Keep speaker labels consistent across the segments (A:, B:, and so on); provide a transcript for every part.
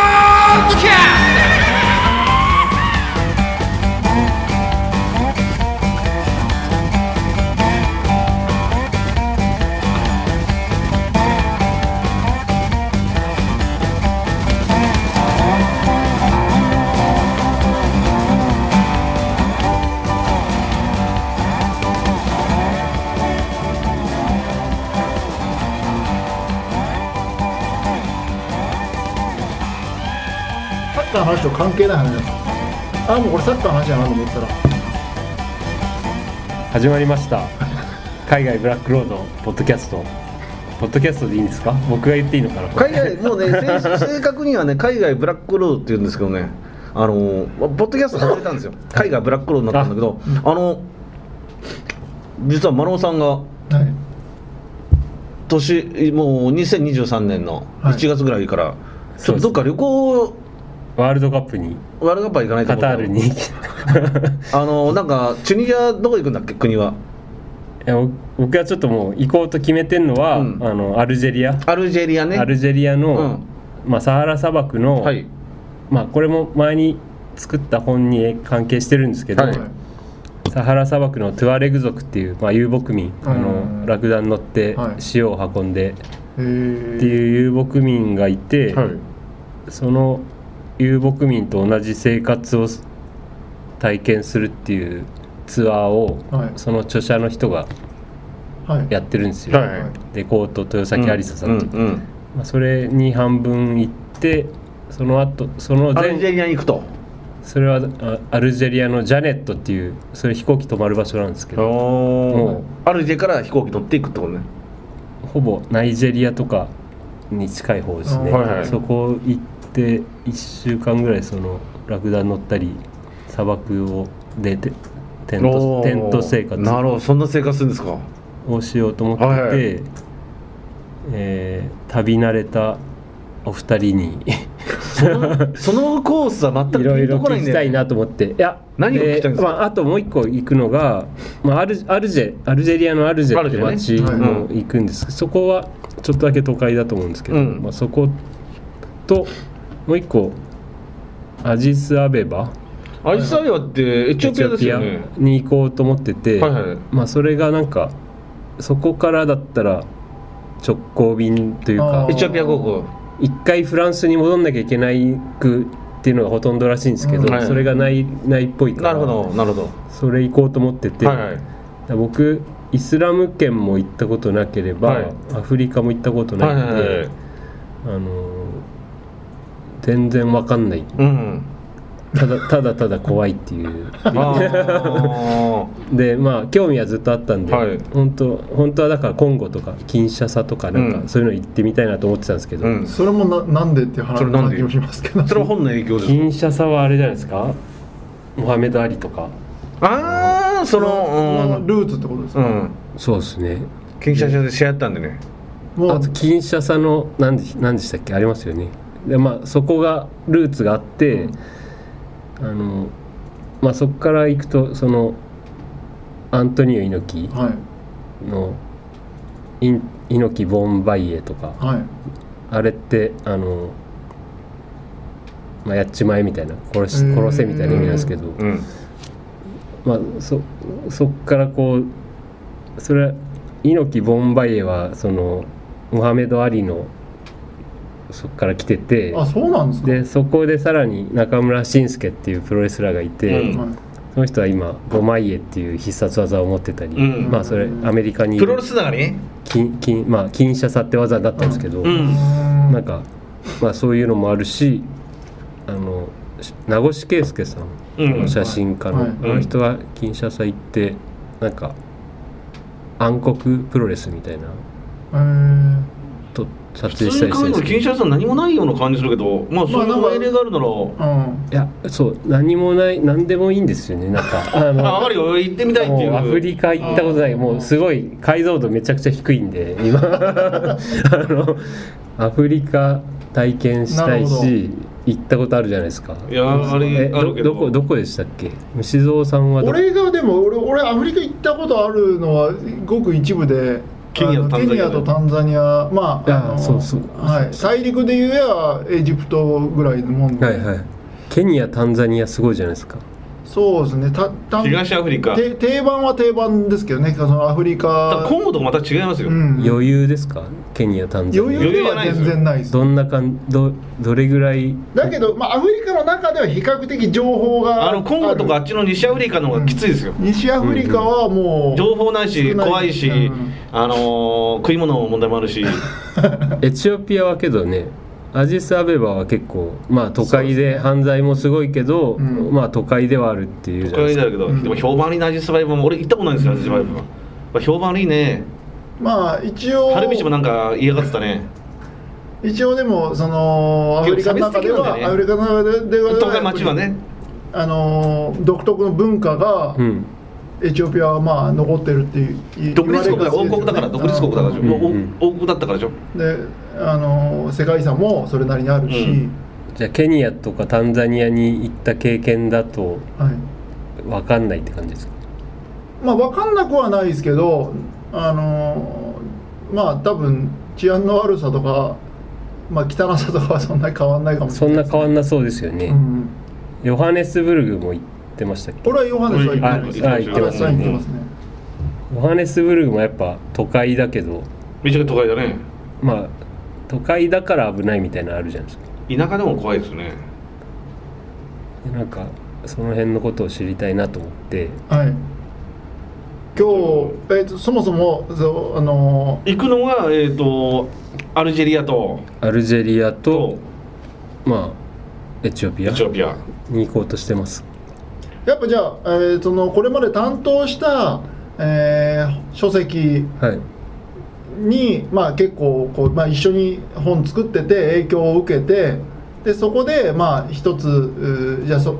A: ッドキャス
B: サッカーの話と関係ない話だあもうこれサッカーの話やなと思ったら
C: 始まりました海外ブラックロードポッドキャストポッドキャストでいいんですか僕が言っていいのかなこれ
D: 海外も うね正正確にはね海外ブラックロードって言うんですけどねあのまあポッドキャスト外れたんですよ海外ブラックロードになったんだけどあの実は丸尾さんが
B: はい
D: 年もう2023年の1月ぐらいから、ちょっとどっか旅行
C: ワールドカップに
D: ワールドカップは行かないと
C: カ
D: 思って
C: タールにい
D: あのなんかチュニジアどこ行くんだっけ国は
C: やお僕はちょっともう行こうと決めてんのは、
D: うん
C: あのアルジェリア、
D: アルジェリアね
C: アルジェリアの、まあ、サハラ砂漠の、
D: はい
C: まあ、これも前に作った本に関係してるんですけど、
D: はい
C: サハラ砂漠のトゥアレグ族っていう、まあ、遊牧民、あ
B: うん
C: のラクダに乗って
B: はい
C: 塩を運んで、
B: えー、
C: っていう遊牧民がいて、
D: はい
C: その遊牧民と同じ生活を体験するっていうツアーを
B: はい
C: その著者の人が
B: はい
C: やってるんですよ、
D: はい
C: デコート豊崎有沙さんと、
D: うんうんうん
C: まあ、それに半分行ってその後その
D: アルジェ
C: 前
D: リアに行くと
C: それはあアルジェリアのジャネットっていうそれ飛行機止まる場所なんですけど
D: おアルジェから飛行機乗っていくってことね
C: ほぼナイジェリアとかに近い方ですね、
B: あー
D: はいはい
C: そこ行って1週間ぐらいそのラクダ乗ったり砂漠を出てテント
D: おー
C: テント生活
D: なるほどそんな生活するんです か
C: をしようと思ってて、
D: はいはい
C: えー旅慣れたお二人に
D: そのそのコースは全く
C: いろ
D: ピ
C: い
D: ン
C: ろ
D: とこない
C: 聞
D: ん
C: きた
D: だ
C: い
D: よ
C: なと思っていや
D: 何を聞きたいんですか
C: まあ、あともう一個行くのが、まあ、アルアルジェアルジェリアのアルジェって
D: アル
C: 町
D: ジ
B: ェねはい
C: も行くんですけど、そこはちょっとだけ都会だと思うんですけど、
D: うん
C: まあ、そこともう一個アジスアベバ
D: アイスアイアってエチオピアですよ
C: エ
D: ね
C: チオピアに行こうと思ってて、
D: はいはい
C: まあ、それがなんかそこからだったら直行便という
B: あ
C: か
B: ー
D: エチオピア航空
C: 一回フランスに戻んなきゃいけないくっていうのがほとんどらしいんですけど、
B: うん
D: はい
C: それがないないっぽいから
D: なるほどなるほ
C: それ行こうと思ってて、
D: どはいはい
C: 僕イスラム圏も行ったことなければ、
D: はい
C: アフリカも行ったことな
D: はいい
C: の
D: は
C: で、
D: いはい
C: あのー全然わかんない
D: うん
C: ただ ただただ怖いっていう。
D: あー
C: でまあ興味はずっとあったんで、
D: はい
C: 本当本当はだからコンゴとかキンシャサとかなんか、
D: うん
C: そういうの行ってみたいなと思ってたんですけど、
D: うん
B: それもななんでっていう話
D: それなんで
B: をしますけど
D: それは本の影響です
C: キンシャサはあれじゃないですかモハメド・アリとか
D: ああその
B: ルーツってことですか、
D: うんうん
C: そうですね
D: 検査所で試合やったんでね
B: も
C: あ
B: う
C: とキンシャサの何で何でしたっけありますよねでまあそこがルーツがあって、あのまあそこから行くとそのアントニオ猪
B: はい
C: 木のイン猪木ボンバイエとか
B: はい
C: あれってあの、まあ、やっちまえみたいな殺し
B: うーん
C: 殺せみたいな意味なんですけど、
D: うん
C: まあ、そそっからこうそれは猪木ボンバイエはそのモハメド・アリのそっから来てて
B: あそうなんですか
C: でそこでさらに中村慎介っていうプロレスラーがいて、
D: うん
B: はい
C: その人は今ボマイエっていう必殺技を持ってたり、
D: うん
C: まあそれアメリカにい
D: プ
C: る
D: ロレスながらに
C: 金金まあ金車差って技だったんですけど。
D: うん
C: なんか、まあ、そういうのもあるしあのし名越圭介さん
D: うん
C: の写真家の、
B: はい
C: あの人が金車祭ってなんか暗黒プロレスみたいな
B: えー
C: と撮
D: 普
C: 影し
D: 通
C: た
D: に
C: りしてるんですけどい
D: 考えたら検査所何もないような感じするけどまあそういう命令があるなら
B: うん
C: やそう何もない何でもいいんですよねなんかあ
D: ああ
C: の
D: まりよ行ってみたいってい
C: もう
D: う
C: アフリカ行ったことないもうすごい解像度めちゃくちゃ低いんで今 あのアフリカ体験したい
B: なる
C: し行ったことあるじゃないですか
D: いやあれ
C: え
D: ある
C: ど
D: け
C: どこどこでしたっけ虫蔵さんはど
B: 俺がでも俺俺アフリカ行ったことあるのはごく一部で
D: ケニアと
B: あ
D: タ
B: の
D: ン
B: ケ
D: ザニ
B: ニ
D: ア
B: アとタンザニアまあ
C: あ
B: あの
C: そうそう
B: はい、大陸で言えばエジプトぐらいのもんで、
C: はいはいケニアタンザニアすごいじゃないですか
B: そうですねたた
D: 東アフリカ
B: て定番は定番ですけどねそのアフリ
D: だか
B: カ
D: らコンゴとかまた違いますよ、
B: うん、余
C: 余裕ですかケニアタンザニア
B: 裕では全然ないです
C: どんなかんどどれぐらい
B: だけど、まあ、アフリカの中では比較的情報が
D: あのコンゴとかあ
B: あ
D: っ
B: る
D: ちの西アフリカの方がきついですよ、
B: 西アフリカはもう、
D: 情報ないし
B: 少ない
D: 怖いし、
B: うん
D: あのー食い物の問題もあるし
C: エチオピアはけどねアジスアベバは結構まあ都会で犯罪もすごいけど、
B: うん
C: まあ都会ではあるっていうじゃ
D: こ
C: ない
D: れ
C: で
D: だ
C: すか
D: けど、
B: うん
D: でも評判悪いなアジスバイブも俺行ったことないんですよアジスバイブは、まあ評判悪いね
B: まあ一応
D: 春道もなんか嫌がってたね
B: 一応でもそのアフリカの中では、
D: 結構差別的なんだよね
B: アフリカの中では
D: 東海町はね
B: あのー独特の文化が、
C: うん
B: エチオピアはまあ残ってるっていう言
D: 独立国だから
B: 言わ
D: 王
B: れがちですよね
D: 国だから独立国だからでし
B: う
D: ょ、
B: ん
C: うんうん
D: お王国だったからでしょ
B: であのー世界遺産もそれなりにあるし、
D: うん
C: じゃあケニアとかタンザニアに行った経験だと
B: はい
C: 分かんないって感じですか
B: まあ分かんなくはないですけどあのーまあ多分治安の悪さとかまあ汚さとかはそんなに変わんないかもし
C: そ
B: れ
C: ん
B: ない
C: な変わんなそうですよね、
B: うん、
C: ヨハネスブルグも行ってましたっけ
B: これはヨハネスは言ってないです
C: ああ言ってま
B: ヨ
C: すね
B: ハネスは言ってますね
C: ヨハネスブルグもやっぱ都会だけど
D: めちゃくちゃ都会だね
C: まあ都会だから危ないみたいなのあるじゃないですか
D: 田舎でも怖いですね
C: でなんかその辺のことを知りたいなと思って
B: はい今日、えーと、そもそもそうあの
D: 行くのがえっ、とアルジェリアと
C: アルジェリア
D: と
C: とまあエチオピア
D: エチオピア
C: に行こうとしてます
B: ーやっぱじゃあ、えーそのこれまで担当した、えー書籍
C: はい
B: に、まあ、結構こう、まあ、一緒に本作ってて影響を受けてでそこでまあ一つうーじゃあそ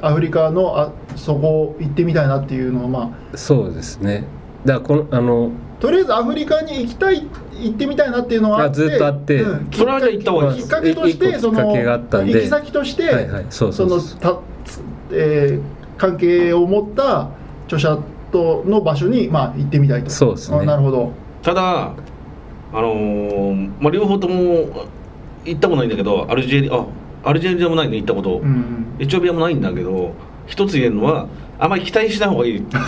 B: アフリカのあそこ行ってみたいなっていうのをまあ
C: そうですねだからこのあの
B: とりあえずアフリカに行きたい行ってみたいなっていうのはあって
C: あずっとあって
B: うん
D: それはじゃあ行った方がいい
B: きっ
D: です
B: かけとし
C: え
B: て
C: 一個
B: そ
C: きっ
B: の
C: かけがあったんで
B: 行き先として、
C: はいはいそうそ
B: そう
C: そ
B: の
C: う
B: たつえー関係を持った著者との場所にまあ行ってみたいと
C: そうですね
B: あなるほど
D: ただあのーまあ、両方とも行ったことないんだけどアルジェリアあアルジェリアもないね行ったこと、
B: うん
D: エチオピアもないんだけど一つ言えるのはあまり期待しない方がいいってい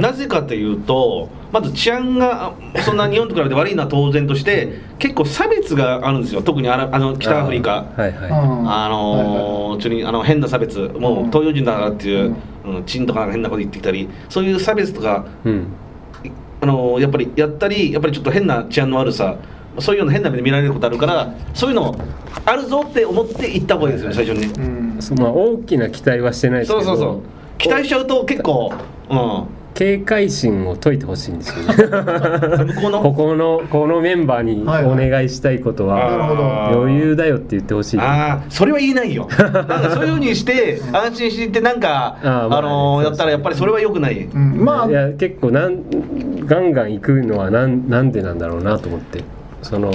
D: なぜかというとまず治安があそんな日本と比べて悪いのは当然として結構差別があるんですよ特にあらあの北アフリカ
C: あーはいは
D: あのーちょにあの変な差別もう東洋人だからっていう、うん、チンとか変なこと言ってきたりそういう差別とか
C: いうん
D: あのやっぱりやったりやっぱりちょっと変な治安の悪さそういうような変な目で見られることあるからそういうのあるぞって思って行った方がいいですよ最初に、
B: うん
C: そまあ大きな期待はしてないですけ
D: そ
C: ど
D: うそうそう期待しちゃうと結構、うん、
C: 警戒心を解いてほしいんですよね
D: 向 こうの
C: ここのこのメンバーに
B: はい
C: お
B: はい
C: 願いしたいこと
D: あー
B: な
C: は
B: るほど
C: 余裕だよって言ってほしい
D: ああそれは言えないよなんかそういうふうにして安心してなんか
C: あ
D: あ
C: ーまあ
D: の
C: そうですね
D: やったらやっぱりそれは良くない、
B: うんまあ
C: いや結構なんガンガン行くのはなんなんでなんだろうなと思ってその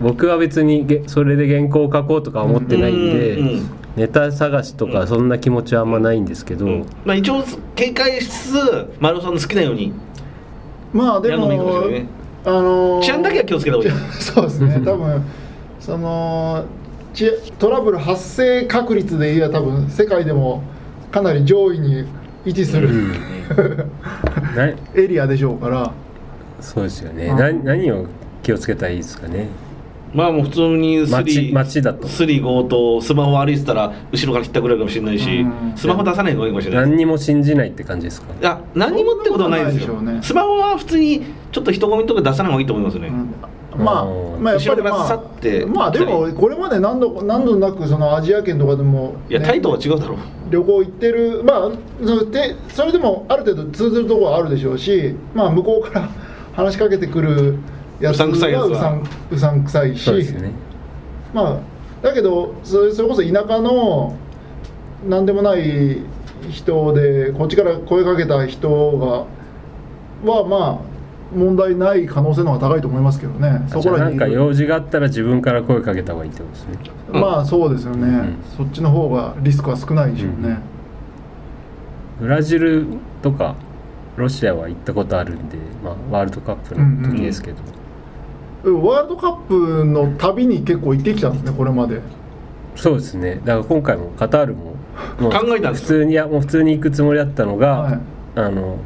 C: 僕は別にげそれで原稿を書こうとか思ってないんで、
D: うんうん
C: ネタ探しとかそんな気持ちはあんまないんですけど、
D: うんまあ、一応警戒しつつ丸尾さんの好きなように
B: まあで
D: やるの
B: も、
D: もいいかもしれないね
B: あのー
D: 治安だけは気をつけた方がいい
B: そうですね多分そのちトラブル発生確率で言えば多分世界でもかなり上位に位置する、
C: な
B: エリアでしょうから
C: そうですよね、
B: うん
C: な何を気をつけたらいいですかね
D: まあもう普通にス
C: 街
D: リ
C: 街だと
D: スリ強盗スマホ歩いてたら後ろから来たぐらいかもしれないし
B: うん
D: スマホ出さない方がいいかもしれない
C: 何にも信じないって感じですか
D: いや何もってことはないです
B: そん
D: よ、
B: なことないでしょうね
D: スマホは普通にちょっと人混みとか出さない方がいいと思いますね、
B: うんまあ
C: うん
B: まあやっぱ
D: 後ろ
B: り
D: から
B: ま
D: 去って
B: あまあでもこれまで何度何度なくそのアジア圏とかでも、
D: いや
B: ね
D: 態度は違うだろう
B: 旅行行ってるまあそでそれでもある程度通ずるところはあるでしょうしまあ向こうから 話しかけてくるやつは
D: うさんくさいやつは
B: うさんうさんくさいし
C: そうですよね
B: まあだけどそれそれこそ田舎の何でもない人でこっちから声かけた人がはまあ問題ない可能性の方が高いと思いますけどねそこ
C: じゃあ
B: ら
C: な
B: に
C: ん
B: い
C: か
B: る
C: 用事があったら自分から声かけた方がいいってことですね
B: まあそうですよね、
C: ん
B: そっちの方がリスクは少ないでしょうね、
C: ブラジルとかロシアは行ったことあるんで、まあ、ワールドカップの時ですけど、
B: ワールドカップの旅に結構行ってきたんですねこれまで
C: そうですねだから今回もカタールももう
D: 考えたんです
C: 普通にいやもう普通に行くつもりだったのが、
B: は
C: あの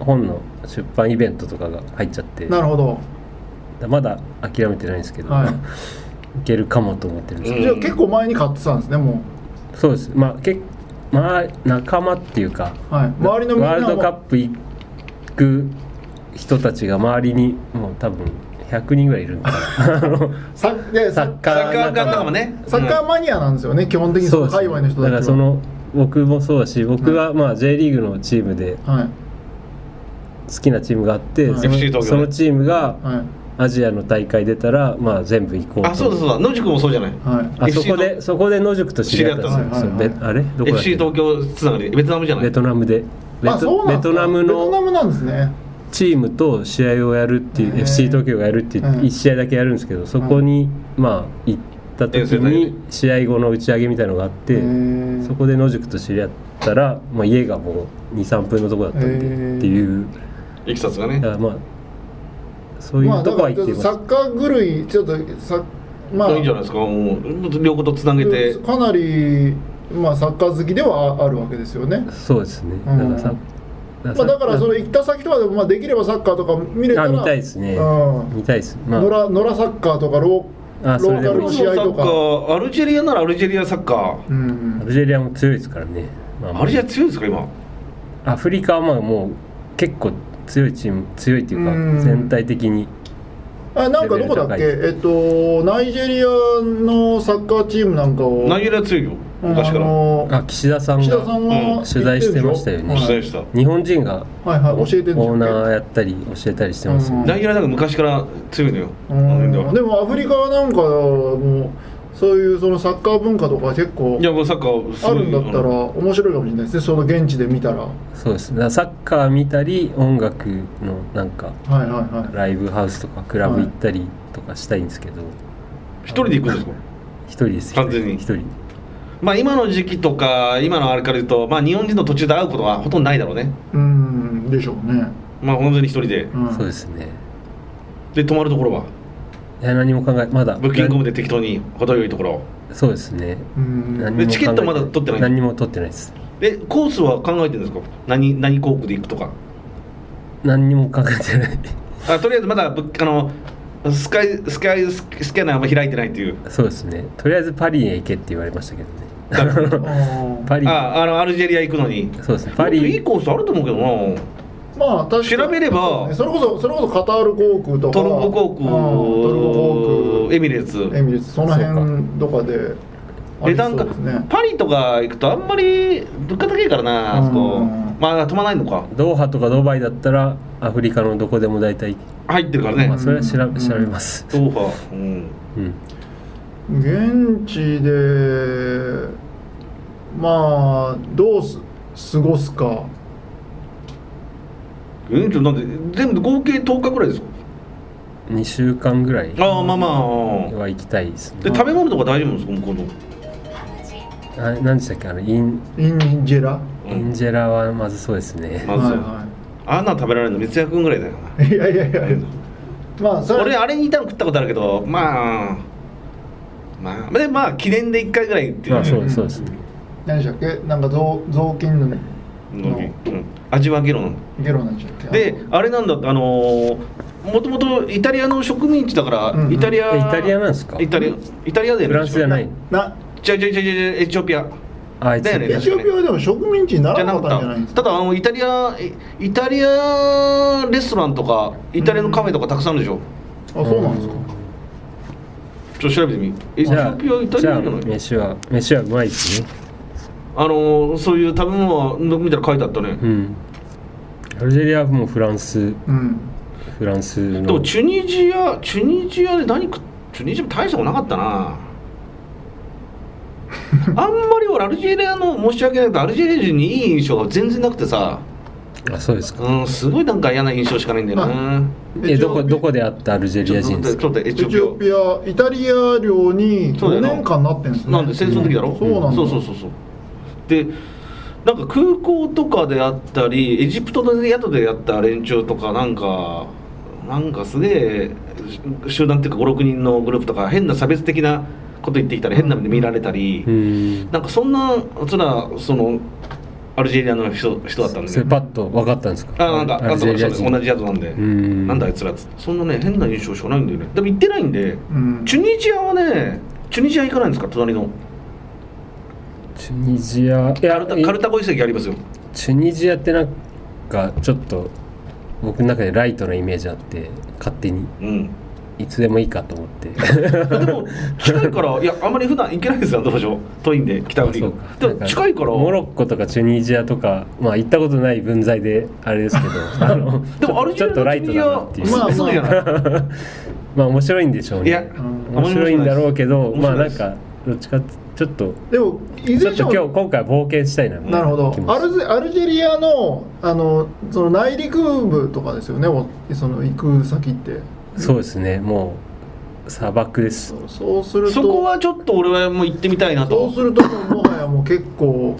C: 本の出版イベントとかが入っちゃって
B: いなるほど、
C: だまだ諦めてないんですけど、
B: はい
C: けるかもと思ってるんですけ
B: い、じゃあ結構前に買ってたんですねも
C: ど、そうですまあけまあ仲間っていうか
B: う、はい、周りのみん
C: ワー
B: な
C: ルド
B: も
C: カップ行く人たちが周りにもう多分100人ぐらいいるんかなあの
B: サッで
C: サ
B: サ
C: ッ
B: ッ
C: カ
D: サッ
C: 仲
D: カー館
C: 間
D: とかもね
B: サッカーマニアなんですよね基本的にそ
C: そう
B: の
C: です
B: 界隈の人
C: だ
B: た
C: から
B: ち
C: そ
B: は
C: の僕もそうだし僕はまあ J リーグのチームで
B: はい
C: 好きなチームがあって、
B: はい
C: そ
D: FC 東
C: の
D: 京ね
C: そのチームが
B: はい
C: アジアの大会出たら、まあ、全部行こうと
D: あそうだそうだ野宿もそうじゃない
B: はい
C: あ
D: FC
C: そこでそこで野宿と知り合ったんですよ、
B: 知り合っ
C: そうべあれどこだっけ
D: FC 東京つながりベトナムじゃない
C: ベトナムでベ
B: あそ
C: ト
B: うなん
C: ベ
B: です
C: ト
B: か
C: ナム
B: ベトナ
C: の
B: ムなんですね
C: チームと試合をやるっていう
B: へー
C: FC 東京がやるっていう
B: うん
C: 1試合だけやるんですけどそこにまあ行った時
D: 遠征
C: に試合後の打ち上げみたいのがあっ
B: へ
C: て
B: ー
C: そこで野宿と知り合ったら、まあ、家がもう23分のとこだったんで
B: へー
C: っていう
D: いきさつが
C: だ
D: ね
C: からまあそうい
B: まあ
C: う
B: だか
C: とこは
B: らち
C: 行
B: ょ
C: っ
B: ってと
C: います、
B: サッカー狂いちょっとさまあ
D: いいんじゃないですかもう両方とつなげて
B: かなりまあサッカー好きではああるわけですよね
C: そうですね、
B: ん
C: だからさ
B: まあだからその行った先とかでもまあできればサッカーとか見れた
C: あ
B: ら
C: 見たいですね
B: うん
C: 見たいですまあ
B: 野良野良サッカーとかロ
C: あ
B: ー
C: そ
B: ロ
C: れ
B: ー
C: で
B: カル
C: も
B: の
C: いい
B: 試合と
D: サ
B: か
D: ッカーアルジェリアならアルジェリアサッカ
B: う
C: ア
B: ん
C: ルジェリアも強いですからね、まあ
D: ー
C: まあ
D: アルジェリア強いですか今
C: アフリカはまあもう結構強いチーム強いっていうか
B: うん
C: 全体的に
B: あなんかどこだっけ
C: レベ
B: えっとナイジェリアのサッカーチームなんかを
D: ナイジェリア強いよ
B: うん
D: 昔か
B: あ
D: ら
B: の
C: あ岸田さん
B: 岸田さ
C: が
B: んが
D: うん
C: 取材してましたよね
B: はい
D: 取材した
C: 日本人が
B: はい
C: オ
B: はい教えてるんです
C: ー
B: よ
C: ナーやったり教えたりしてますよ
B: うん
C: ね
D: ナイジェリアなんか昔から強いのよあ
B: う
D: の辺で
B: ん
D: は
B: でもアフリカはなんかもうそういうそのサッカー文化とか結構
D: いやもうサッカーす
B: あ
D: ごい
B: るんだったら面白いかもしれないですねその現地で見たらはい
C: そうですねだからサッカー見たり音楽のなんか
B: はいは
C: ライブハウスとかクラブ行ったりとかしたいんですけど
D: 一人で行くんですか
C: 一人です
D: 完全に
C: 一人
D: まあ今の時期とか今のあれから言うとまあ日本人の途中で会うことはほとんどないだろうね
B: いうんでしょうね、
D: まあ本当に一人で
B: うん、
C: そうですね
D: で泊まるところはい
C: や何も考えまだ
D: ブッキングコムで適当に程よいところ
C: そうですね
B: うん
C: 何も考え
D: チケットまだ取ってない
C: 何にも取ってないです
D: えコースは考えてるんですか何何航空で行くとか
C: 何にも考えてない
D: あとりあえずまだぶっあのスカイスカイススキャナーあんま開いてないっていう
C: そうですねとりあえずパリへ行けって言われましたけどね
B: あー
C: パリ
D: ああのアルジェリア行くのに
C: そうですね
D: パ
C: パ
D: リいい
C: リ
D: コースあると思うけどな
B: まあ確かに
D: 調べれば
B: それこそそれこそカタール航空とか
D: トルコ航空
B: うんトルコ航
D: エミレーツ
B: 空エミレーツその辺とかであ
D: 値
B: りそ
D: 段
B: う
D: か
B: ですね
D: パリとか行くとあんまり物価高いからなあそこ
B: うん
D: まあ止まないのか
C: ドーハとかドバイだったらアフリカのどこでも大体、
D: 入ってるからね
C: まあ、それは調
B: うん
C: べ調べます、
D: ドーハうん
C: うん、
B: 現地でまあどうす過ごすか
D: うんちょなんで全部合計10日ぐらいですか
C: 2週間ぐらいは
D: ああまあまあ
C: 行きたいですね
D: で食べ物とか大丈夫ですか向こうの
C: あ何でしたっけあのイン
B: インインジェラ
C: インジェラはまずそうですね
D: まず
B: はいは、
D: あんなん食べられるの三ツ矢くんぐらいだよない
B: いやいやいやいやまあそれ
D: 俺あれにいたの食ったことあるけどまあまあでまあ記念で1回ぐらいっていう
C: ま
D: ね
C: あそう
B: うん
C: そうですね
B: 何でしたっけなんか雑雑巾の
D: のうん味はゲロなの
B: ゲロなんでしたっけ
D: であれなんだあのもともとイタリアの植民地だから、
B: うんうん
D: イタリア
C: えイタリアなんですか
D: イタリアイタリアで
C: フランスじゃない
B: な
D: じゃじゃじゃじゃエチオピア
C: あいつ
D: だよね
B: エチオピアはでも植民地にならなかったんじゃないんです
D: た
B: か
D: だあのイタリアイタリアレストランとかイタリアのカフェとかたくさんあるでしょ、
B: あそうなんですか
D: ちょっと調べてみエチ
C: じ
D: オ
C: ゃあ
D: ピアイタリ
C: じゃ
D: ア
C: あ
D: じゃない
C: 飯は飯はうまいですね
D: あのそういう食べ物の見たら書いてあったね、
C: うんアルジェリアはもうフランス
B: うん
C: フランス
D: でも
C: の
D: チュニジアチュニジアで何食っチュニジアも大したことなかっ たなあんまり俺アルジェリアの申し訳ないけどアルジェリア人にいい印象が全然なくてさ
C: あそうですか
D: うんすごいなんか嫌な印象しかないんだよな
C: え
B: エチオ
C: ど
B: ピ
C: こ
B: ア
C: どこであったアルジェ
D: ち
C: リ
D: ょ
C: ア
D: っと
C: 人で
D: 待っ
C: す
D: て
C: か
D: ちょっと待ってエ
B: エ
D: チ
B: チ
D: オ
B: オ
D: ピ
B: ピアイタリア領に
D: そ
B: 5
D: うだよな
B: 年間なってるんです
D: ア
B: ね
D: なんで戦争の時だろ、
B: そうなんだ
D: そうそうそうそうでなんか空港とかであったりエジプトの宿でやった連中とかなんかなんかすげえ集団っていうか56人のグループとか変な差別的なこと言ってきたり変な目で見られたり、
C: うん
D: なんかそんなうつらそのアルジェリアの人人だったん
C: そ
D: で
C: れパッと分かったんですか
D: あなんか
C: ア
D: あ
C: ルジ
D: そう
C: ェ
D: か
C: リ
D: そ
C: ア
D: う
C: 人
D: か同じ宿なんで、
C: うん
D: なんだあいつらっつってそんなね変な印象しかないんだよねでも行ってないんで
B: うん
D: チュニジアはねチュニジア行かないんですか隣の
C: チュニジアい
D: カルタカルタゴ遺跡ありますよ
C: チュニジアってなんかちょっと僕の中でライトなイメージあって勝手に
D: うん
C: いつでもいいかと思って
D: でも近いからいやあんまり普段行けないですよどうしよう遠いんで北 国
C: そう
D: で
C: かなん
D: も近いから
C: モロッコとかチュニジアとかまあ行ったことない分際であれですけどあの
D: でもアルジ
C: ちょ
D: ェ
C: っ
D: リ
C: とラ
D: ア
C: イ
D: と
C: ト
D: チ
C: だなってい
D: ュ
C: う、
D: ニジ
B: ま
C: まあ
D: ア
B: あ
D: はそうじゃない、
C: 面白いんでしょう
D: いや
C: ね
B: うん
C: 面白いんだろうけど
D: 面
C: まあ
D: 白い
C: な
D: で
C: ん
D: す
C: かどっちかってちょっと
B: でもいず
C: ち
B: れ
C: ょ
B: にし
C: っと今
B: ろ
C: 日今回は冒険したいなみた
B: ないるほど
C: 気持
B: ア
C: ち
B: ルゼアルジェリアのあのその内陸部とかですよねおその行く先って
C: そうですねもう砂漠です
B: そうそうすると
D: そこはちょっと俺はもう行ってみたいな
B: そう
D: と
B: するともはやもう結構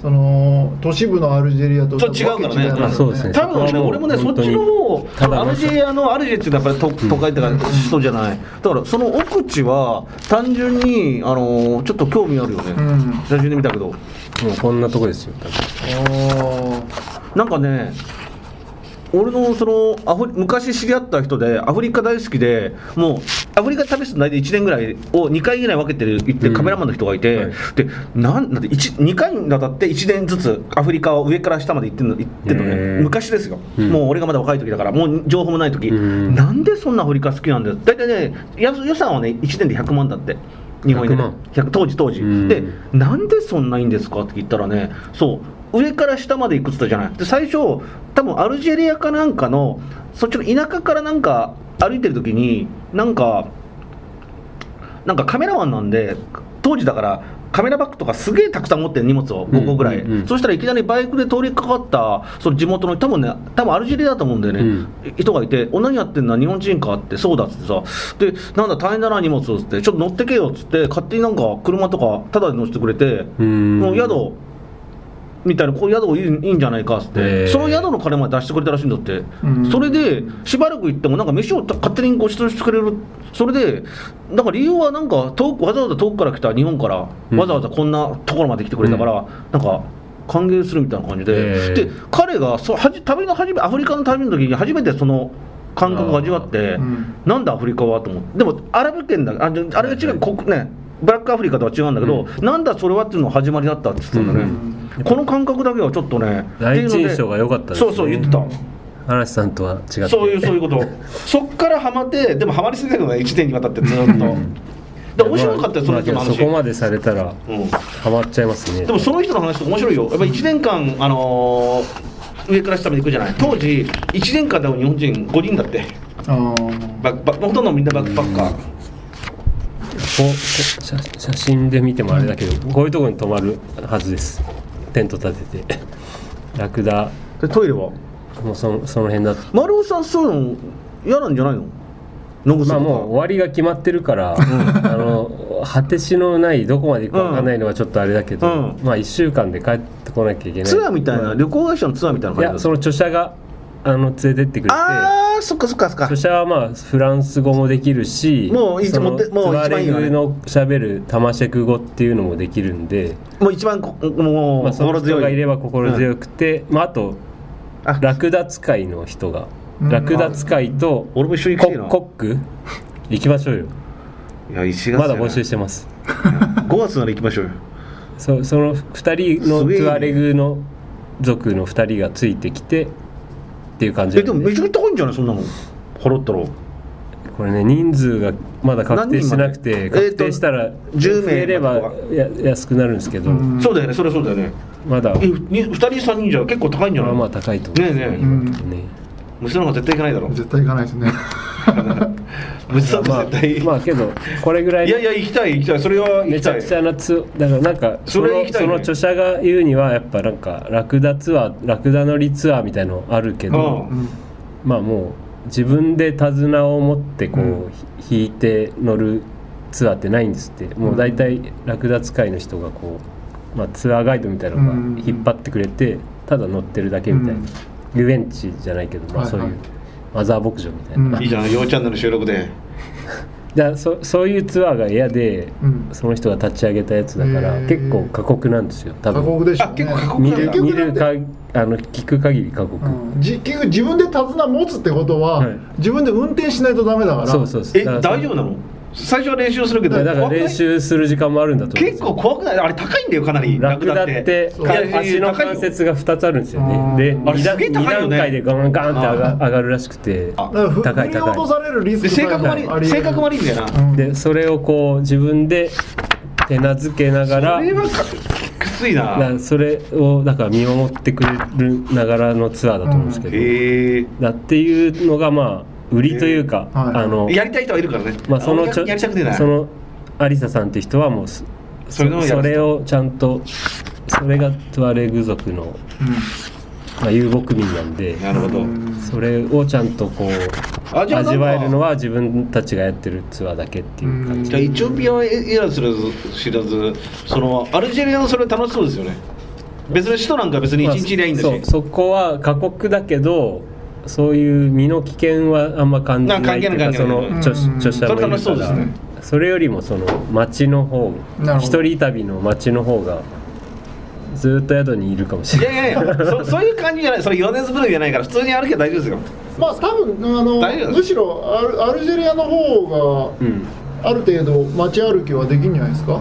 B: その都市部のアルジェリアと
D: ちょっと違うからね
B: わけ違いますよ
C: あそうですね
D: 多分ね俺もねそ
C: 本
D: っ
C: 当に
D: ちの
C: ただ
D: 方アルジェリアのアルジェっていうのはやっぱり都都会ってか人じゃないだからその奥地は単純にあのーちょっと興味あるよ
B: う
D: ね
B: ん
D: 単純に見たけど
C: もうこんなとこですよ多分
B: あ
D: なんかね俺のそのアフリ昔知り合った人でアフリカ大好きでもうアフリカ旅して大体1年ぐらいを2回ぐらい分けてる行って
C: うん
D: カメラマンの人がいて、
C: はい
D: でなんだって2回にわたって1年ずつアフリカを上から下まで行ってんの行ってんの
C: へ
D: ね
C: ー
D: 昔ですよ、
C: うん
D: もう俺がまだ若い時だからもう情報もない時、
C: うん
D: なんでそんなアフリカ好きなんだよ大体ねや予算はね1年で100万だって日本円でね、
C: 100万
D: 100当時当時、
C: うん
D: でなんでそんないいんですかって聞いたらねそう上から下まで行くって言ったじゃないで最初多分アルジェリアかなんかのそっちの田舎からなんか歩いてる時になんかなんかカメラマンなんで当時だからカメラバッグとかすげえたくさん持ってる荷物を5個ぐらい、
C: うんうんうん
D: そしたらいきなりバイクで通りかかったその地元の多分ね多分アルジェリアだと思うんだよね、
C: うん
D: 人がいて「お何やってんだ日本人か?」って「そうだ」っつってさ「でなんだ大変だな荷物」っつって「ちょっと乗ってけよ」っつって勝手になんか車とかタダで乗せてくれて
C: うー
D: 「
C: ん
D: もう宿みたいなこう宿いいいいんじゃないか」っつっ
C: へ
D: て
C: ー
D: その宿の金まで出してくれたらしいんだって
B: うん
D: それでしばらく行ってもなんか飯を勝手にご馳走してくれるそれでなんか理由はなんか遠くわざわざ遠くから来た日本から
C: うん
D: わざわざこんなところまで来てくれたから、なんか歓迎するみたいな感じ
C: へ
D: で
C: ー
D: で彼がそうはじ旅の初めアフリカの旅の時に初めてその感覚を味わって、
B: うん
D: なんだアフリカはと思ってでもアラブ圏だあであれが違う、国ねブラックアフリカとは違うんだけど、なんだそれはっていうのが始まりだったって言ってたんだね、
B: うん
D: この感覚だけはちょっとね
C: 第一印象
D: が
C: が良かったです、ね、
D: そうそう言ってた、
C: 嵐さんとは違って
D: そういうそういうことそっからハマってでもハマりすぎたけどね1年にわたってずーっとで面白かったよその人の
C: まあそ
D: 話、
C: こまでされたら
D: うん
C: ハマっちゃいますね
D: でもその人の話とか面白いよやっぱ1年間あのー上から下まで行くじゃない当時1年間でも日本人5人だって
B: あ
D: バックバックほとんどみんなバックパッカー
C: こう写写真で見てもあれだけどこういうところに泊まるはずですテント立ててラクダ
D: でトイレは
C: もうそのその辺だと
D: 丸尾さんそういうの嫌なんじゃないの野口
C: ま
D: さ
C: あ
D: んとか
C: もう終わりが決まってるから、あの果てしのないどこまで行くか分かんないのはちょっとあれだけど、
D: う
C: まあ1週間で帰ってこなきゃいけない
D: ツアーみたいな旅行会社のツアーみたいない感
C: や
D: じだ
C: その著者があの連れてってくれて
D: ああそっかそっかそっか
C: 著者はまあフランス語もできるし
D: もういい
C: その
D: 持ってもう
C: ツア
D: 一番いいよね
C: レグのしゃべるタマシェク語っていうのもできるんで、
D: もう一番こもう
C: まあ、その
D: 心強
C: 人
D: い、
C: がいれば心強くて、まあ、あと
D: あ
C: ラクダ使いの人が
B: うん
C: ラクダ使いとコ,、
D: 俺も一緒に行きたいな
C: コック行きましょうよ
D: いや1月
C: まだ募集
D: し
C: してます
D: 5月なら行きましょうよ
C: そその2人の
D: すげえね
C: トゥアレグの族の2人がついてきてっていう感じ
D: え
C: な
D: で
C: ん
D: も
C: で
D: めちゃくちゃ高いんじゃないそんなの払ったら
C: これね人数がまだ確定してなくて
D: 何人まで
C: 確定したら
D: えーと10名
C: 増えれば
D: まで
C: や安くなるんですけど、
B: うん
D: そうだよねそれはそうだよね
C: まだ
D: えに2人3人じゃ結構高いんじゃ
C: ま
D: な
C: あ
D: い
C: まあ
D: ま
C: 高いと思うんですよ
D: ねえねえ
C: 今のとこね
D: の方が絶対行かないだろ
B: ー絶対行かないです ね
D: 虫さん
C: ま
D: が
C: あ
D: 絶対、
C: まあけどこれぐらい
D: い
C: の
D: やいや行きたい行きたいそれは行
C: め
D: き
C: ちゃ
D: た
C: く
D: い
C: ちゃなツだからなんか
D: そ
C: そ
D: れ行
C: の
D: きたい
C: そ
D: ね
C: の著者が言うにはやっぱなんかラクダツアーラクダ乗りツアーみたいのあるけ
D: う
C: ど
D: ん
B: うん
C: まあもう自分で手綱を持ってこう、
B: うん
C: ひ引いて乗るツアーってないんですってもう大体ラクダ使いの人がこうまあ、ツアーガイドみたいなのが
B: うん
C: 引っ張ってくれて、ただ乗ってるだけみたいな、遊園地じゃないけど、まあ、
B: はい
C: そう
B: はい
C: いうマザー牧場みたいな、
B: うん
D: いいじゃん「ようチャンネル」収録で
C: じゃあそそういうツアーが嫌で
B: うん
C: その人が立ち上げたやつだから
B: へー
C: 結構過酷なんですよ多
B: 過
C: 分
B: 酷でしょう
D: あ
B: ね
D: 結構過酷
C: 見
D: なん
C: る
D: だ
B: 結
C: 見
B: 局だ
C: る
B: って
C: かあの聞く限り過酷、
B: うんじ結局自分で手綱持つってことは、
C: はい
B: 自分で運転しないとダメだから
C: そうそうそう
D: え大丈夫なの最初は練習するけ
C: だ
D: ど
C: からだから
D: 怖くない
C: 練習する時間もあるんだと思うんで
D: 結
C: すよ
D: 構怖くないあれ高いんだよかなり
C: ラクダって
B: そうラクダ
C: 足の関節が2つあるんですよ
B: うん
C: ねで
B: あ
C: 2
D: れす
C: 段
D: げえ高いよね
C: 階でガンガンって上が上がるらしくて
D: あ
B: だからふ
C: 高い
B: 振り落とされるリス
D: で
B: ク
D: 性格悪い性格悪いんだよな
B: うん
C: でそれをこう自分で手なずけながら
D: それはかきついな
C: なそれをだから見守ってくれるながらのツアーだと思うんですけど、
D: へえ
C: だっていうのがまあ売りというか、
B: えーはい
C: あの
D: やりたい人はいるからね
C: まあその
D: 俺
C: ちょ
D: やりたくてない
C: そのアリサさんっていう人はもうす
D: それのをやる人
C: それをちゃんとそれがトゥアレグ族の、まあ、遊牧民なんで
D: なるほ
B: う
D: ど
B: ん
C: それをちゃんとこう
D: あじゃあなんか
C: 味わえるのは自分たちがやってるツアーだけっていう感じ
D: じゃあエチオピアをいらず知らずそのアルジェリアのそれ楽しそうですよね別に首都なんか別に一日でいいんだ
C: まあそう
D: し
C: そこは過酷だけどそういう身の危険はあんま感じないっていう
D: なん
C: か
D: か
C: そ
D: 関係ない
C: の
D: 関
B: 係ない
C: 著
B: うん
C: 著者もいる
D: そ
C: か
D: れ楽しそう
C: ら
D: ですね
C: それよりもその街の方
B: なるほど
C: 一人旅の街の方がずっと宿にいるかもし
D: い
C: れ
D: やい
C: ない
D: やいやそ そういう感じじゃないそれ米津ブルーじゃないから普通に歩けば大丈夫ですよ
B: まあ多分あ
D: 大丈夫
B: のむしろアルアルジェリアの方
C: う
B: が
C: ん
B: ある程度街歩きはできんじゃないですか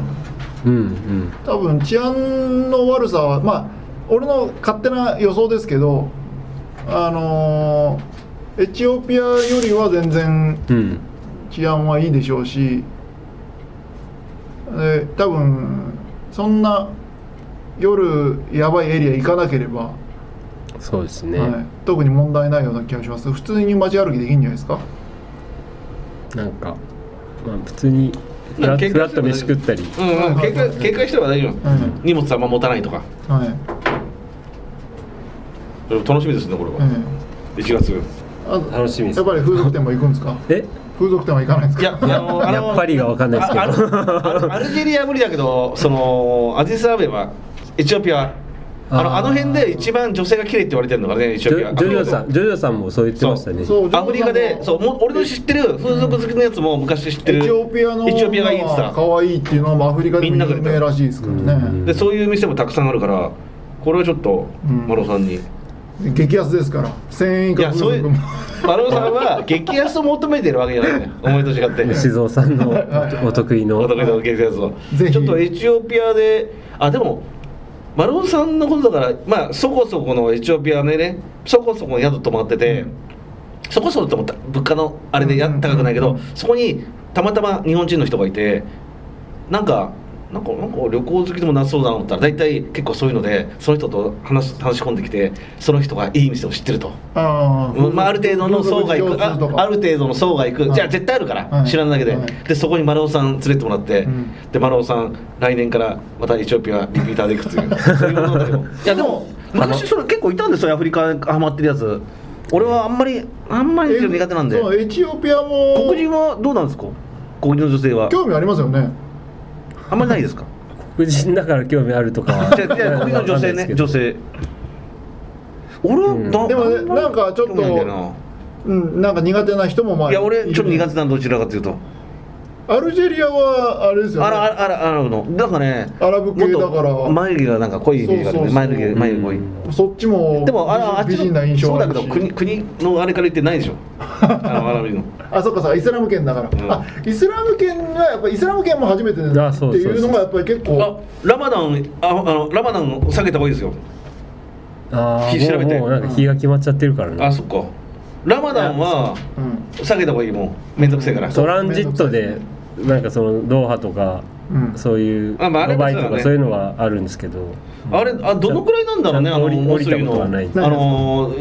C: うんうん
B: 多分治安の悪さはまあ俺の勝手な予想ですけどあのーエチオピアよりは全然
C: うん
B: 治安はいいでしょうしで多分そんな夜やばいエリア行かなければ、
C: そうですね、
B: はい、特に問題ないような気がします普通に街歩きできんじゃないですか
C: なんかまあ普通にふ
D: な
C: ら
D: んか喧嘩
C: ふらっと飯食ったり
D: うんうん警戒警戒してれば大丈夫、
B: うん
D: 荷物あんま持たないとか
B: はい、
D: でも楽しみですねこれは、
B: え
D: 1月
B: えあ
C: 楽しみです
B: やっぱり風俗店も行くんですか
C: え
B: 風俗店は行かないんです
D: い
B: か
D: やあのあの
C: やっぱりがわかんないですけど
D: ああのあのアルジェリアは無理だけどそのアディスアベバエチオピアあの
C: あ
D: あ
C: ー
D: の辺で一番女性が綺麗って言われてるのがねエチ
C: ジ
D: オピア
C: ョジョジョさんジョジョさんもそう言ってましたね
B: そう
D: アフリカでそうもう俺の知ってる風俗好きのやつも昔知ってる
B: エチオピアの
D: エチオピアがいいってさ
B: 可愛いっていうのはまあアフリカでも有名らしいですから
C: みんなが言ってたうん
B: ね
D: でそういう店もたくさんあるからこれはちょっと
B: うん
D: マロさんに、い
B: 激安ですから1000円以下
D: や
B: 風
D: そうい
B: 俗
D: う
B: も
D: マロさんは激安を求めてるわけじゃないね思いと違って
C: 静雄さんのお得意の
D: お得意の激安を
B: ぜひ
D: ちょっとエチオピアであでもマロさんのことだからまあそこそこのエチオピアでねそこそこの宿泊まってて、そこそこって思った物価のあれでや
B: うん
D: 高くないけど、
B: うん
D: そこにたまたま日本人の人がいてなんかなんかなんか旅行好きでもなさそうだなと思ったら大体結構そういうのでその人と話し話し込んできてその人がいい店を知ってると、
B: あー
D: まあ、ある程度の層がいくあ
B: 風俗
D: ある程度の層がいく、
B: はい
D: じゃあ絶対あるから、
B: はい
D: 知らんだけで、
B: はい
D: でそこに丸尾さん連れてってもらって、
B: うん
D: で丸尾さん来年からまたエチオピアリピーターで行くっていう そういうことだよいやでも昔それ結構いたんですよアフリカハマってるやつ俺はあんまりあんまり苦手なんで
B: そうエチオピアも
D: 黒人はどうなんですか黒人の女性は
B: 興味ありますよね
D: あんまりないです か
C: 黒人だから興味あるとかは
D: じゃあじゃあ黒人の女性ね女性俺は
C: うん
D: だ
B: でもね
D: あま
B: なんかちょっと
D: 興味ないんだよ
B: うんなんか苦手な人もま
D: な
B: あ
D: いや俺ちょっと苦手
B: 手
D: なのどちらかというと
B: アルジェリアはあれですよ
D: あ
B: ね
D: らあらあらあらのだからね
B: アラブ系だから
D: もっと眉毛がなんか濃いイメージがあるね
B: そうそうそう
D: 眉毛眉毛濃い
B: そっちも
D: でもあらあっ
B: 美
D: ち
B: 人な印
D: の
B: 象
D: そう
B: あ
D: だ
B: る
D: け
B: し
D: ど国国のあれから言ってない でしょあのアラブの
B: あそっかそっかイスラム圏だから、
D: うん
B: あイスラム圏はやっぱイスラム圏も初めてだ
C: あ
B: なって
C: そうそうそう
B: いうのがやっぱり結
D: あ
B: 構
D: ラマダンああのラマダンを下げた方がいいですよ
C: あ
D: 日
C: ー
D: 調べて
C: もうもうなんか日が決まっちゃってるから
D: あ
C: ね
D: そっかラマダンは
B: うん
D: 下げた方がいいもんめんどくせえから
C: トランジットで
B: 面倒く
C: なんかそのドーハとか
B: うん
C: そういう
D: あまああれ
C: ド
D: も
C: バイ
D: そ
C: と
D: うだ
C: か
D: ね
C: そういうのはあるんですけど
D: あれあどのくらいなんだろうね
C: ち
D: あ
C: ゃんと
D: の
C: 降り
D: モス
C: 降
D: リム
C: りたことは
D: の
C: ないんです
D: あの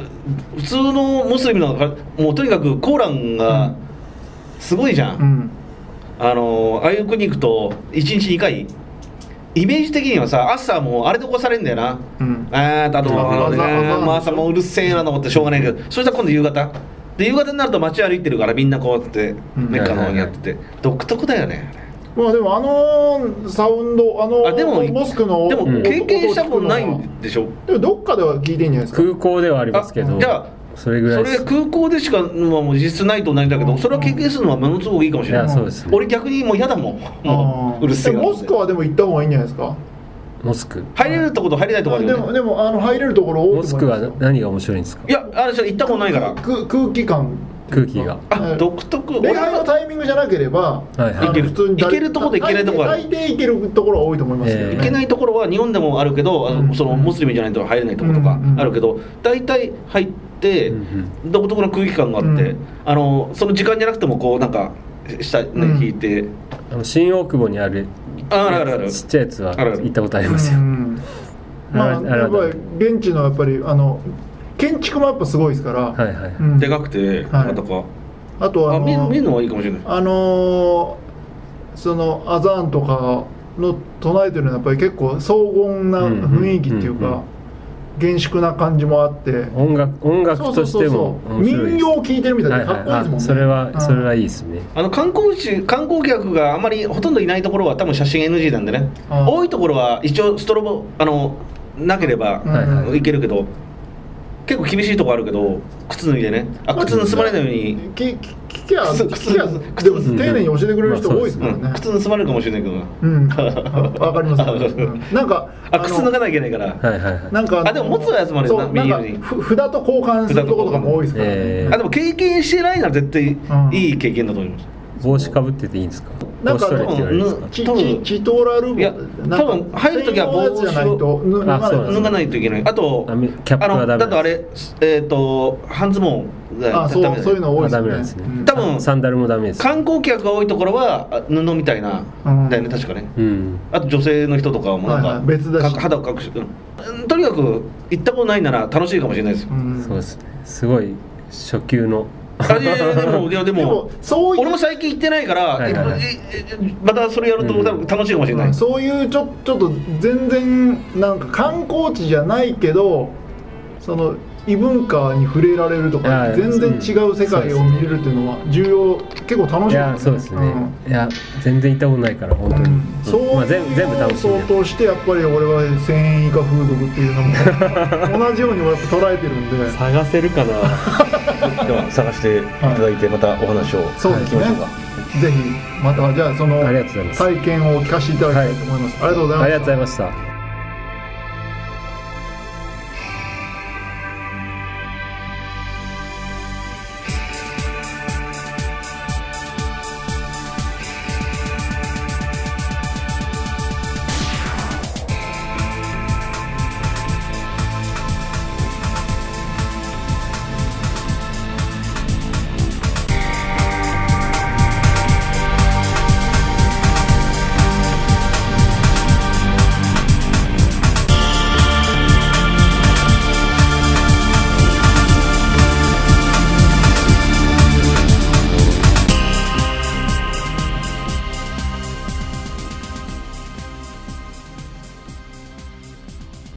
D: 普通のモスリムのもうとにかくコーランがすごいじゃん、
B: うん
D: あのああいう国行くと1日2回イメージ的にはさ朝もうあれで起こされるんだよな
B: うん
D: あーあと
B: あ
D: あのね
B: 朝朝
D: もう朝もううるせえなと思ってしょうがないけどそしたら今度夕方で夕方になると街歩いてるからみんなこうやって
B: うん
D: メッカの方にやってて独特だよね
B: まあでもあのサウンドあの
D: あでも
B: モスクの
D: でも
B: 音
D: 経験したことない
B: 音を聞くの
D: んでしょ
B: はでもどっかでは聞いてんじゃないですか
C: 空港ではありますけ
B: あ
C: ど
D: じゃあ
C: それぐら
D: そ
C: いで
D: れ
C: す
D: 空港でしかまあもう実質ないと同じだけどそれは経験するのはものすごくいいかもし
C: い
D: れ
C: や
D: ない
C: そうですね
D: 俺逆にもう嫌だもんも
B: あー
D: ううるせえ
B: で
D: な
B: もモスクはでも行った方がいいんじゃないですか
C: モスク
D: 入れるとこと入れないとこある
B: で
D: よ
B: も
D: ね
B: でもあの入れるところ多い
C: モ
B: と
C: ス
B: 思
C: ク
B: い
C: は
B: ますよ
C: 何が面白いんですか
D: いやあれそれ行ったことないから
B: く空気感
C: 空気が
D: あ
B: はい
D: 独特
B: 恋愛のタイミングじゃなければ、
C: いはい
B: あの
C: い
D: ける
B: 誰
D: いけるとこといけないとこがある
B: 大抵いけるところは多いと思いますけど、ね
C: ええ
D: いけないところは日本でもあるけど、あの
B: うん
D: そのモスリムじゃないと入れないところとか
B: うんうん
D: あるけど大体入って
C: うん
D: 独特の空気感があって、
B: うん
D: あのその時間じゃなくてもこうなんか下ね
B: うん
D: 引いて、
C: あの新大久保にある
D: ああるあるある
C: ちっちゃいやつは
D: あるある
C: 行ったことありますよ、
B: うんまあ
C: あれあれ
B: やっぱり現地のやっぱりあの建築もやっぱすごいですから、
C: はいはい、
B: うん
D: でかくて、
B: はい
D: なんとか
B: あとは
D: あ
B: あの
D: 見る見るのはいいかもしれない
B: あのーそのアザーンとかの唱えてるのはやっぱり結構荘厳な雰囲気っていう
C: うんうんうんう
B: か
C: ん
B: 厳粛な感じもあって
C: 音楽音楽としても
B: そうそうそう民謡を聴いてるみたいでかっこいいですもんね、
C: あそれ
B: う
C: は
B: ん
C: それはいいですね、
D: あの観光地観光客があまりほとんどいないところは多分写真 NG なんでね
B: ああ
D: 多いところは一応ストロボあのなければ
B: うん
C: はいはい
D: けるけど、結構厳しいとこあるけど靴脱いでねあ靴盗まれないように、
B: きき聞きゃ
D: 靴
B: 聞きゃ
D: 靴
B: でも丁寧に教えてくれる人
C: まあ
B: 多いですから
D: うん
B: ね。
D: 靴盗まれるかもしれないけど
B: うん、わかります。わかりますなんか、
D: あ靴脱
B: の
D: がなきゃいけないから
C: はいはいはい
B: なんか
D: あでも持つやつもあるよ
B: そ
D: な
B: うなんか
D: 右に
B: ふ札と交換するところとかも多いですからね。
C: えー
D: あでも経験してないなら絶対
B: うん
D: いい経験だと思います、
C: 帽子かぶってていいんですか
B: なん
C: 帽
B: か
C: 子取れって言われるんですか
D: うん
B: チ
D: 多分
B: チチトーラルボ
D: いや
B: なんか
D: 多分入る時は
B: 専用のやつじゃないと脱
C: あ
B: が
C: そう
B: ない
C: ん
D: 脱がないといけないあと
C: あみキャップは
D: あの
C: ダメなんです
D: だとあれえっ、と半ズボンが
B: あ
D: ダメだ
B: そ
D: よ
B: うそういうの多いです
C: あダメ
B: ね
C: なんですね
B: うん
D: 多分
C: サンダルもダメです
D: 観光客が多いところはあ布みたいな、
B: うん
D: だよね確かね
C: うん
D: あと女性の人とかもなんか、
B: はいはい別だし
D: か肌を隠して、うんとにかく行ったことないなら楽しいかもしれないですよ、
B: うん
C: そうですねすごい初級の
D: あいやいやでもいやで
B: でも
D: も
B: そう
D: 俺
B: い
D: も
B: う
D: 最近行ってないから、
C: はいはいはい
D: えええまたそれやると
C: うん
D: 多分楽しいかもしれない、
B: うんそういうちょちょっと全然なんか観光地じゃないけどその異文化に触れられると
C: いや
B: か
C: いや
B: 全然違う世界を見れるっていうのは重要結構楽
C: い
B: しい
C: やそうですね、いや全然行ったことないから本当に、
B: うんそう
C: まあ、
B: い
C: 全部全部
B: う
C: 楽
B: の
C: しんで
B: 相
C: る
B: 当してやっぱり俺は1000円以下風俗っていうの も同じように俺は捉えてるんで
A: 探せるか なでは探していただいてまたお話を
B: そうです
A: 聞き
B: ね
A: ましょうか
B: ぜひまたじゃあその
C: ありがとうございます
B: 体験を聞かせていただきたいと思います、ありがとうございました
C: ありがとうございました